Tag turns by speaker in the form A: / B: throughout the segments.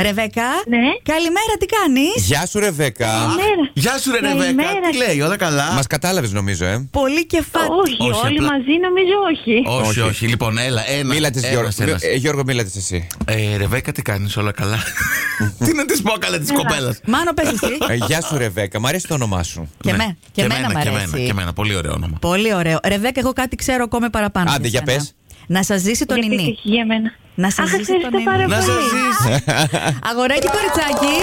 A: Ρεβέκα.
B: Ναι.
A: Καλημέρα, τι κάνεις.
C: Γεια σου, Ρεβέκα.
A: Ναι.
B: Καλημέρα.
D: Γεια σου, ρε Ρεβέκα.
B: Καλημέρα.
D: Τι λέει, όλα καλά.
C: Μας κατάλαβες, νομίζω, ε.
A: Πολύ κεφάτι.
B: Όχι,
D: Όχι,
B: όλοι
D: απλά-
B: μαζί νομίζω όχι.
D: Όχι,
C: Όχι.
D: όχι, Λοιπόν, έλα, ένα.
C: Μίλα της,
D: ένας,
C: Γιώργο.
D: ένας.
C: Ε, Γιώργο, μίλα της εσύ.
D: Ε, Ρεβέκα, τι κάνεις, όλα καλά. τι να της πω, καλά της κοπέλας.
A: Μάνο, πες εσύ.
C: Ε, Γεια σου, Ρεβέκα. Μ' αρέσει το όνομά σου.
A: Και με- και εμένα μ'
D: Ναι. και
A: αρέσει.
D: εμένα, και εμένα. Πολύ ωραίο όνομα.
A: Πολύ ωραίο. Ρεβέκα, εγώ κάτι ξέρω ακόμα παραπάνω.
C: Άντε, για
A: σένα.
C: πες.
A: Να σας ζήσει τον
B: Γιατί
A: Ινί.
B: τύχει για μένα.
A: Να σας
B: Αχ,
A: ζήσει
B: ευχαριστώ
A: τον
B: πάρα
A: ήλιο.
D: Να
B: πολύ.
D: σε ζήσει.
A: Αγοράκι, κοριτσάκι.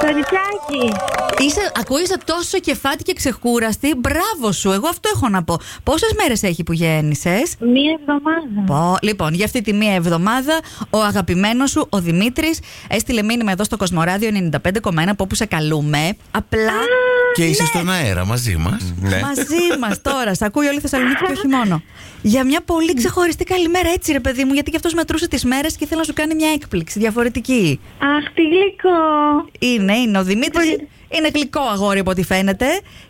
B: Κοριτσάκι.
A: Είσαι, ακούγεσαι τόσο κεφάτη και ξεκούραστη. Μπράβο σου. Εγώ αυτό έχω να πω. Πόσες μέρες έχει που γέννησες.
B: Μία εβδομάδα.
A: Πω. Λοιπόν, για αυτή τη μία εβδομάδα ο αγαπημένος σου, ο Δημήτρης, έστειλε μήνυμα εδώ στο Κοσμοράδιο 95,1 από όπου σε καλούμε. Απλά
D: και
A: Ναι.
D: είσαι στον αέρα μαζί μας.
C: Ναι.
A: μαζί μας τώρα. Σ' ακούει όλη η Θεσσαλονίκη και όχι μόνο. Για μια πολύ ξεχωριστή καλημέρα, έτσι ρε παιδί μου, γιατί και αυτός μετρούσε τις μέρες και ήθελε να σου κάνει μια έκπληξη διαφορετική.
B: Αχ, τι γλυκό.
A: Είναι, είναι. Ο Δημήτρης
B: Πολύ.
A: είναι γλυκό αγόρι από ό,τι φαίνεται.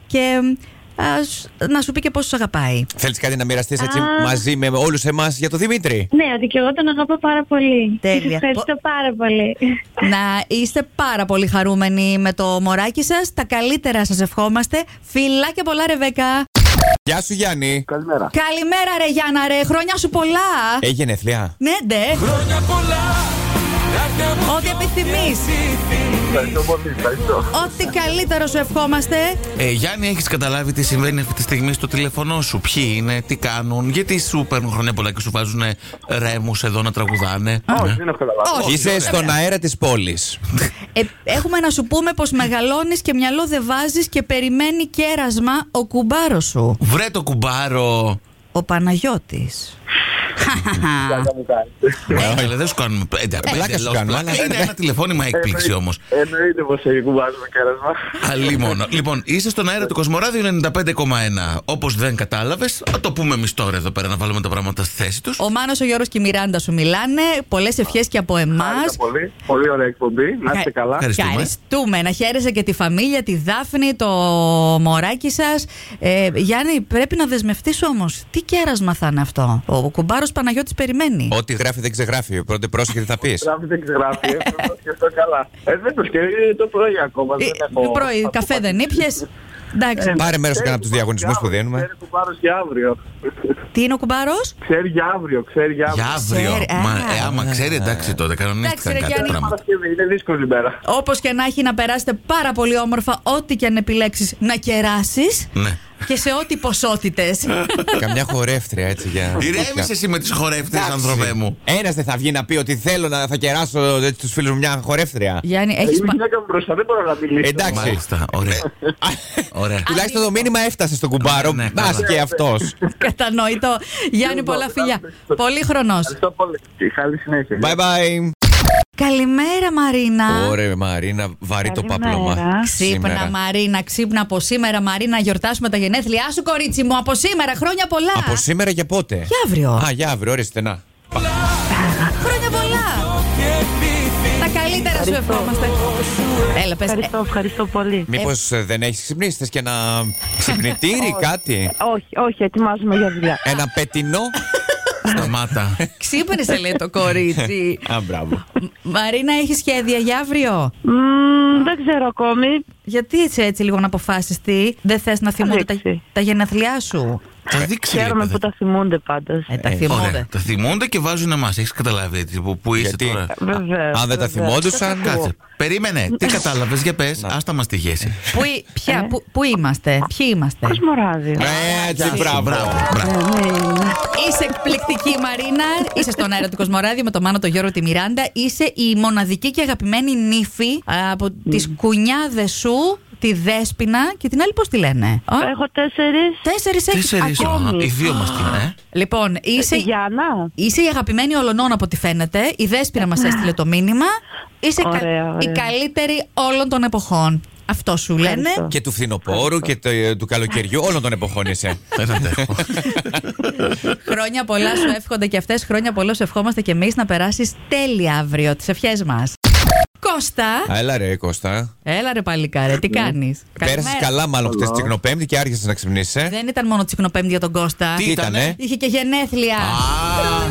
A: Και μ, α, σ- να σου πει και πόσο σ' αγαπάει.
C: Θέλεις κάτι να μοιραστείς έτσι
B: Α.
C: μαζί με όλους εμάς για τον Δημήτρη.
B: Ναι, ότι και εγώ τον αγαπώ πάρα πολύ.
A: Τέλεια.
B: Σας Ευχαριστώ πάρα πολύ.
A: Να είστε πάρα πολύ χαρούμενοι με το μωράκι σας. Τα καλύτερα σας ευχόμαστε. Φιλά και πολλά, Ρεβέκα.
C: Γεια σου, Γιάννη.
E: Καλημέρα.
A: Καλημέρα, ρε Γιάννα, ρε. Χρόνια σου πολλά.
C: Έγινε θλιά.
A: Ναι, ντε. Ό,τι επιθυμείς.
E: Ευχαριστώ πολύ. Ευχαριστώ.
A: Ό,τι καλύτερο σου ευχόμαστε.
D: Ε, Γιάννη, έχεις καταλάβει τι συμβαίνει αυτή τη στιγμή στο τηλέφωνό σου. Ποιοι είναι, τι κάνουν, γιατί σου παίρνουν χρόνια πολλά και σου βάζουν ρέμους εδώ να τραγουδάνε. Ναι.
E: Όχι, δεν έχω καταλάβει.
A: Όχι.
C: Είσαι στον αέρα της πόλης.
A: Ε, έχουμε να σου πούμε πως μεγαλώνεις και μυαλό δεν βάζεις και περιμένει κέρασμα ο κουμπάρος σου.
D: Βρε το κουμπάρο.
A: Ο Παναγιώτης. Χαχαχα.
E: Καλά μου κάνετε.
D: Ε, αλλά δεν σου κάνουμε πέντε.
C: Ναι. Ε, πλάκα
D: πέντε
C: σου
D: λάθος,
C: κάνουμε,
D: πλάκα.
C: αλλά-
D: Είναι ένα τηλεφώνημα
A: Ε,
D: έκπληξη όμως.
E: Εννοείται πως σε κουβάζουμε κέρασμα.
D: Αλλή μόνο. Λοιπόν, είσαι στον αέρα του Κοσμοράδιου 95,1. Όπως δεν κατάλαβες, θα το πούμε εμείς τώρα εδώ πέρα να βάλουμε τα πράγματα στη θέση τους.
A: Ο Μάνος, ο Γιώργος και η Μιράντα σου μιλάνε. Πολλές ευχές και από εμάς.
E: Ευχαριστώ πολύ. Πολύ ωραία εκπομπή. Να είστε
A: Χα-
E: καλά.
D: Ευχαριστούμε.
A: Να χαίρεσαι και τη φαμίλια, τη Δάφνη, το μωράκι σας. Ε, Γιάννη, πρέπει να δεσμευτείς όμως. Τι κέρασμα θα είναι αυτό. Ο κουμπάρος Παναγιώτης περιμένει.
C: Ό,τι γράφει δεν ξεγράφει. Πρώτα πρόσεχε τι θα πεις.
E: Γράφει, δεν ξεγράφει. ε, πρέπει να το σκεφτώ καλά. Ε, δεν το σκέφτομαι το πρωί ακόμα.
A: Ε,
E: δεν έχω-
A: πρωί,
E: θα το
A: καφέ
E: πάω.
A: δεν ήπιες. Εντάξει.
E: Ε,
C: Πάρε μέρος σε κανένα
E: ξέρει
C: από τους
E: κουμπάρος
C: διαγωνισμούς
E: και
C: που
E: αύριο,
C: δίνουμε.
E: Ξέρει κουμπάρος και αύριο.
A: Τι είναι ο κουμπάρος.
E: Ξέρει για αύριο, ξέρει για αύριο.
D: Για αύριο.
A: Ξέρει,
D: Μα,
A: α.
D: ε, άμα ξέρει, εντάξει τότε,
A: Εντάξει,
D: κανονίστηκαν
A: ρε,
D: κάτι
A: Γιάννη.
D: πράγματα.
E: Παρασκευή, είναι δύσκολη μέρα.
A: Όπως και να έχει να περάσετε πάρα πολύ όμορφα Ό,τι και αν επιλέξεις να κεράσεις
D: Ναι.
A: Και σε ό,τι ποσότητες
C: Καμιά χορεύτρια έτσι για.
D: Ηρέμησε εσύ με τις χορεύτριες, ανθρωπέ μου.
C: Ένας δεν θα βγει να πει ότι θέλω να θα κεράσω τους φίλους μου μια χορεύτρια.
A: Γιάννη, έχεις
E: Ε, Είμαι
A: πα-
E: γυναίκα μου μπροστά, δεν μπορώ να μιλήσω.
C: Εντάξει.
D: Μάλιστα, ωραία. ωραία.
C: Τουλάχιστον το μήνυμα έφτασε στον κουμπάρο.
D: Ναι, ναι,
C: Μπας
D: καλά.
C: και αυτός.
A: κατανοητό Γιάννη, πολλά φιλιά Πολύ χρονός
E: Ευχαριστώ πολύ. Καλή συνέχεια.
C: Bye bye.
A: Καλημέρα Μαρίνα
C: Ωραία, Μαρίνα, βαρύ το
B: Καλημέρα.
C: παπλωμά.
A: Ξύπνα Μαρίνα, ξύπνα από σήμερα Μαρίνα γιορτάσουμε τα γενέθλιά σου κορίτσι μου Από σήμερα, χρόνια πολλά
C: Από σήμερα για πότε.
A: Για αύριο
C: Α, για αύριο, ορίστε να.
A: Χρόνια πολλά Τα καλύτερα σου ευχόμαστε Έλα πες ε,
F: Ευχαριστώ, ευχαριστώ πολύ.
C: Μήπως ε, δεν έχεις ξυπνήσει, θες και ένα ξυπνητήρι, κάτι.
F: Όχι, όχι, ετοιμάζομαι για δουλειά.
C: Ένα πετεινό.
D: Σταμάτα.
A: Ξύπνησε λέει το κορίτσι
C: Α, μπράβο.
A: Μαρίνα, έχεις σχέδια για αύριο.
F: Μμμ, δεν ξέρω ακόμη.
A: Γιατί έτσι, έτσι λίγο να αποφασιστεί, δεν θες να θυμούνται τα,
F: δείξει.
A: τα γενέθλιά σου.
D: Θα δείξει. ρε,
F: Χαίρομαι
D: παιδί.
F: που τα θυμούνται πάντα.
A: Ε, τα
D: Ωραία.
A: θυμούνται.
D: Τα θυμούνται και βάζουν εμάς. Έχεις καταλάβει έτσι, που, που είσαι
C: Γιατί?
D: τώρα.
F: Βέβαια.
C: Αν δεν τα θυμόντουσαν.
D: Κάτσε. Περίμενε. Τι
A: Ναι.
D: κατάλαβες, για πες. Άστα μας τη γέση.
A: Πού, εί- ποια, πού, πού είμαστε, ποιοι είμαστε.
F: Κοσμοράδιο.
C: Ε, Έτσι, μπράβο.
D: Μπράβο, μπράβο.
F: Ναι,
A: Είσαι εκπληκτική Μαρίνα, είσαι στον αέρα του Κοσμοράδιο με τον Μάνο, τον Γιώργο, τη Μιράντα. Είσαι η μοναδική και αγαπημένη νύφη α, από
F: Mm.
A: τις τι κουνιάδες σου, τη Δέσποινα και την άλλη πώς τη λένε. Α,
F: Έχω τέσσερις.
A: Τέσσερις έχεις
D: Τέσσερις.
A: ακόμη.
D: Οι δύο μας την. ε.
A: Λοιπόν, είσαι
F: Τη Γιάννα.
A: Είσαι η αγαπημένη όλων από ό,τι φαίνεται. Η Δέσποινα μας έστειλε το μήνυμα. Είσαι κα-
F: Ε, Ωραία, ωραία.
A: η καλύτερη όλων των εποχών. Αυτό σου λένε.
F: Ευχαριστώ.
C: Και του φθινοπόρου και το- ε, του καλοκαιριού, όλων των εποχών είσαι.
D: Δεν αντέχω.
A: Χρόνια πολλά σου εύχονται και αυτές. Χρόνια πολλά σου ευχόμαστε και εμείς να περάσεις τέλεια αύριο. Τις ευχές μας. Κώστα.
C: Α, Έλα ρε Κώστα.
A: Έλα ρε παλικάρε,
E: Ναι.
A: τι κάνεις.
C: Πέρασες καλά, μάλλον χτε τσικνοπέμπτη και άργησε να ξυπνήσει. ε.
A: Δεν ήταν μόνο τσικνοπέμπτη για τον Κώστα.
C: Τι ήτανε.
A: Είχε και γενέθλια.
D: Α,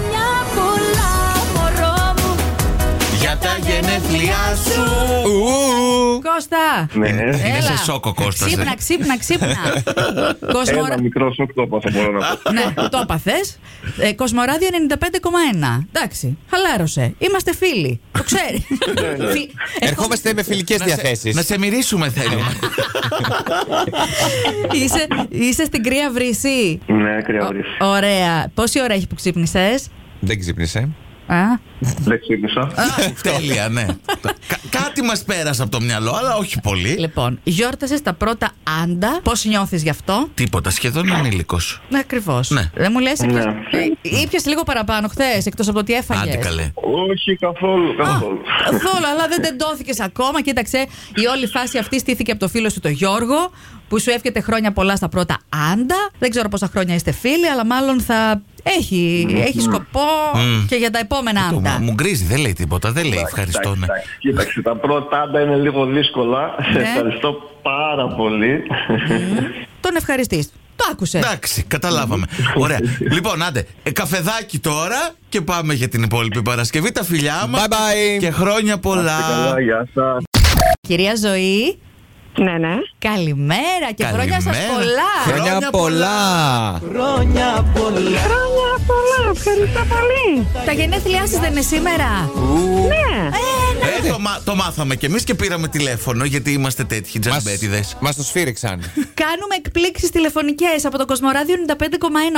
A: Μια πολλά μωρό μου.
D: Για τα γενέθλιά σου.
C: Ου,
A: Κώστα!
E: Ναι.
D: Είναι
A: Έλα.
D: σε σόκο, ε. Κώστα.
A: Ξύπνα, ξύπνα, ξύπνα. Κοσμορα...
E: Ένα μικρό σοκ το έπαθα, μπορώ να πω.
A: ναι, το έπαθες. Ε, Κοσμοράδιο 95,1. Εντάξει, χαλάρωσε. Είμαστε φίλοι. Το ξέρει.
E: Ναι,
A: Φι-
C: Ερχόμαστε με φιλικές
D: Να σε- Να
C: διαθέσει.
D: σε μυρίσουμε
C: Ναι.
D: θέλουμε.
A: είσαι, είσαι στην κρύα βρυσή.
E: Ναι, κρυαβρύση.
A: Ω- Ωραία. Πόση ώρα έχει που ξύπνησες,
C: Δεν ξύπνησε.
A: Α,
E: Δεν ξύπνησα.
D: Τέλεια, ναι. Κα- Κάτι μας πέρασε από το μυαλό, αλλά όχι πολύ.
A: Λοιπόν, γιόρτασες τα πρώτα άντα. Πώς νιώθεις γι' αυτό.
D: Τίποτα, σχεδόν ανήλικο.
A: Ναι, ακριβώς.
D: Ναι.
A: Δεν μου λες.
E: Ναι.
A: Ήπιασες λίγο παραπάνω χθες, εκτός από ότι έφαγες.
D: Άντε καλέ.
E: Όχι καθόλου, καθόλου.
A: Καθόλου, αλλά δεν τεντώθηκες ακόμα. Κοίταξε, η όλη φάση αυτή στήθηκε από το φίλο σου τον Γιώργο, που σου εύχεται χρόνια πολλά στα πρώτα άντα. Δεν ξέρω πόσα χρόνια είστε φίλοι, αλλά μάλλον θα έχει, έχει σκοπό
D: Μμμ.
A: και για τα επόμενα
D: Το
A: άντα.
D: μου- Μου γκρίζει, δεν λέει τίποτα. Δεν λέει ευχαριστώ. ναι.
E: Εντάξει, εντάξει. Κοίταξε, τα πρώτα άντα είναι λίγο δύσκολα. Σε
A: Ναι.
E: ευχαριστώ πάρα πολύ.
A: Τον ευχαριστή. Το άκουσε.
D: Εντάξει, καταλάβαμε. Ωραία. Λοιπόν, άντε, ε, καφεδάκι τώρα και πάμε για την υπόλοιπη Παρασκευή. Τα φιλιά μας.
C: Bye bye.
D: Και χρόνια πολλά.
E: Καλά, γεια σας.
A: Κυρία Ζωή,
F: Ναι, ναι.
A: καλημέρα και χρόνια σας
D: Καλημέρα.
A: πολλά.
D: Χρόνια
C: Χρόνια πολλά.
F: Χρόνια πολλά, ευχαριστώ πολύ.
A: Τα γενέθλιά σας δεν είναι σήμερα.
F: Ναι.
D: Ε, το, μα- το μάθαμε κι εμείς και πήραμε τηλέφωνο γιατί είμαστε τέτοιοι τζαμπέτιδες.
C: Μας του σφύριξαν.
A: Κάνουμε εκπλήξεις τηλεφωνικές από το Κοσμοράδιο 95,1.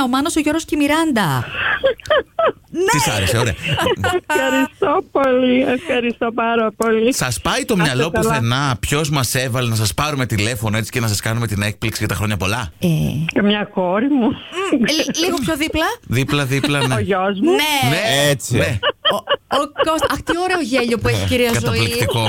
A: Ο Μάνος, ο Γιώργος και η Μιράντα.
C: Ναι.
D: Της άρεσε, ωραία.
F: Ευχαριστώ πολύ, ευχαριστώ πάρα πολύ.
D: σας πάει το μυαλό
F: καλά.
D: πουθενά ποιος μας έβαλε να σας πάρουμε τηλέφωνο έτσι και να σας κάνουμε την έκπληξη για τα χρόνια πολλά.
A: Ε,
F: Και μια κόρη μου,
A: λι- λίγο πιο δίπλα.
D: Δίπλα-δίπλα, ναι.
F: ο γιος μου.
A: ε, Ναι.
D: Ναι,
C: Έτσι.
D: ναι.
A: Ο, ο Κώστας. Αχ, τι ωραίο γέλιο που έχει, κυρία Ζωή.
D: Καταπληκτικό.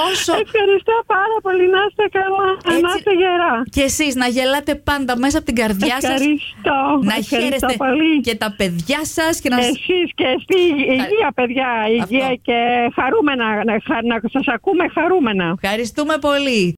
A: Πόσο.
F: Ευχαριστώ πάρα πολύ, να είστε καλά,
A: Έτσι.
F: να είστε γερά.
A: Και εσείς να γελάτε πάντα μέσα από την καρδιά σας.
F: Ευχαριστώ,
A: Να
F: ευχαριστώ
A: χαίρεστε
F: πολύ. Ναι.
A: και τα παιδιά σας και να. σας-
F: Εσείς και στη υγεία, παιδιά, υγεία
A: Αυτό.
F: και χαρούμενα, να, χα- να σας ακούμε χαρούμενα.
A: Ευχαριστούμε πολύ.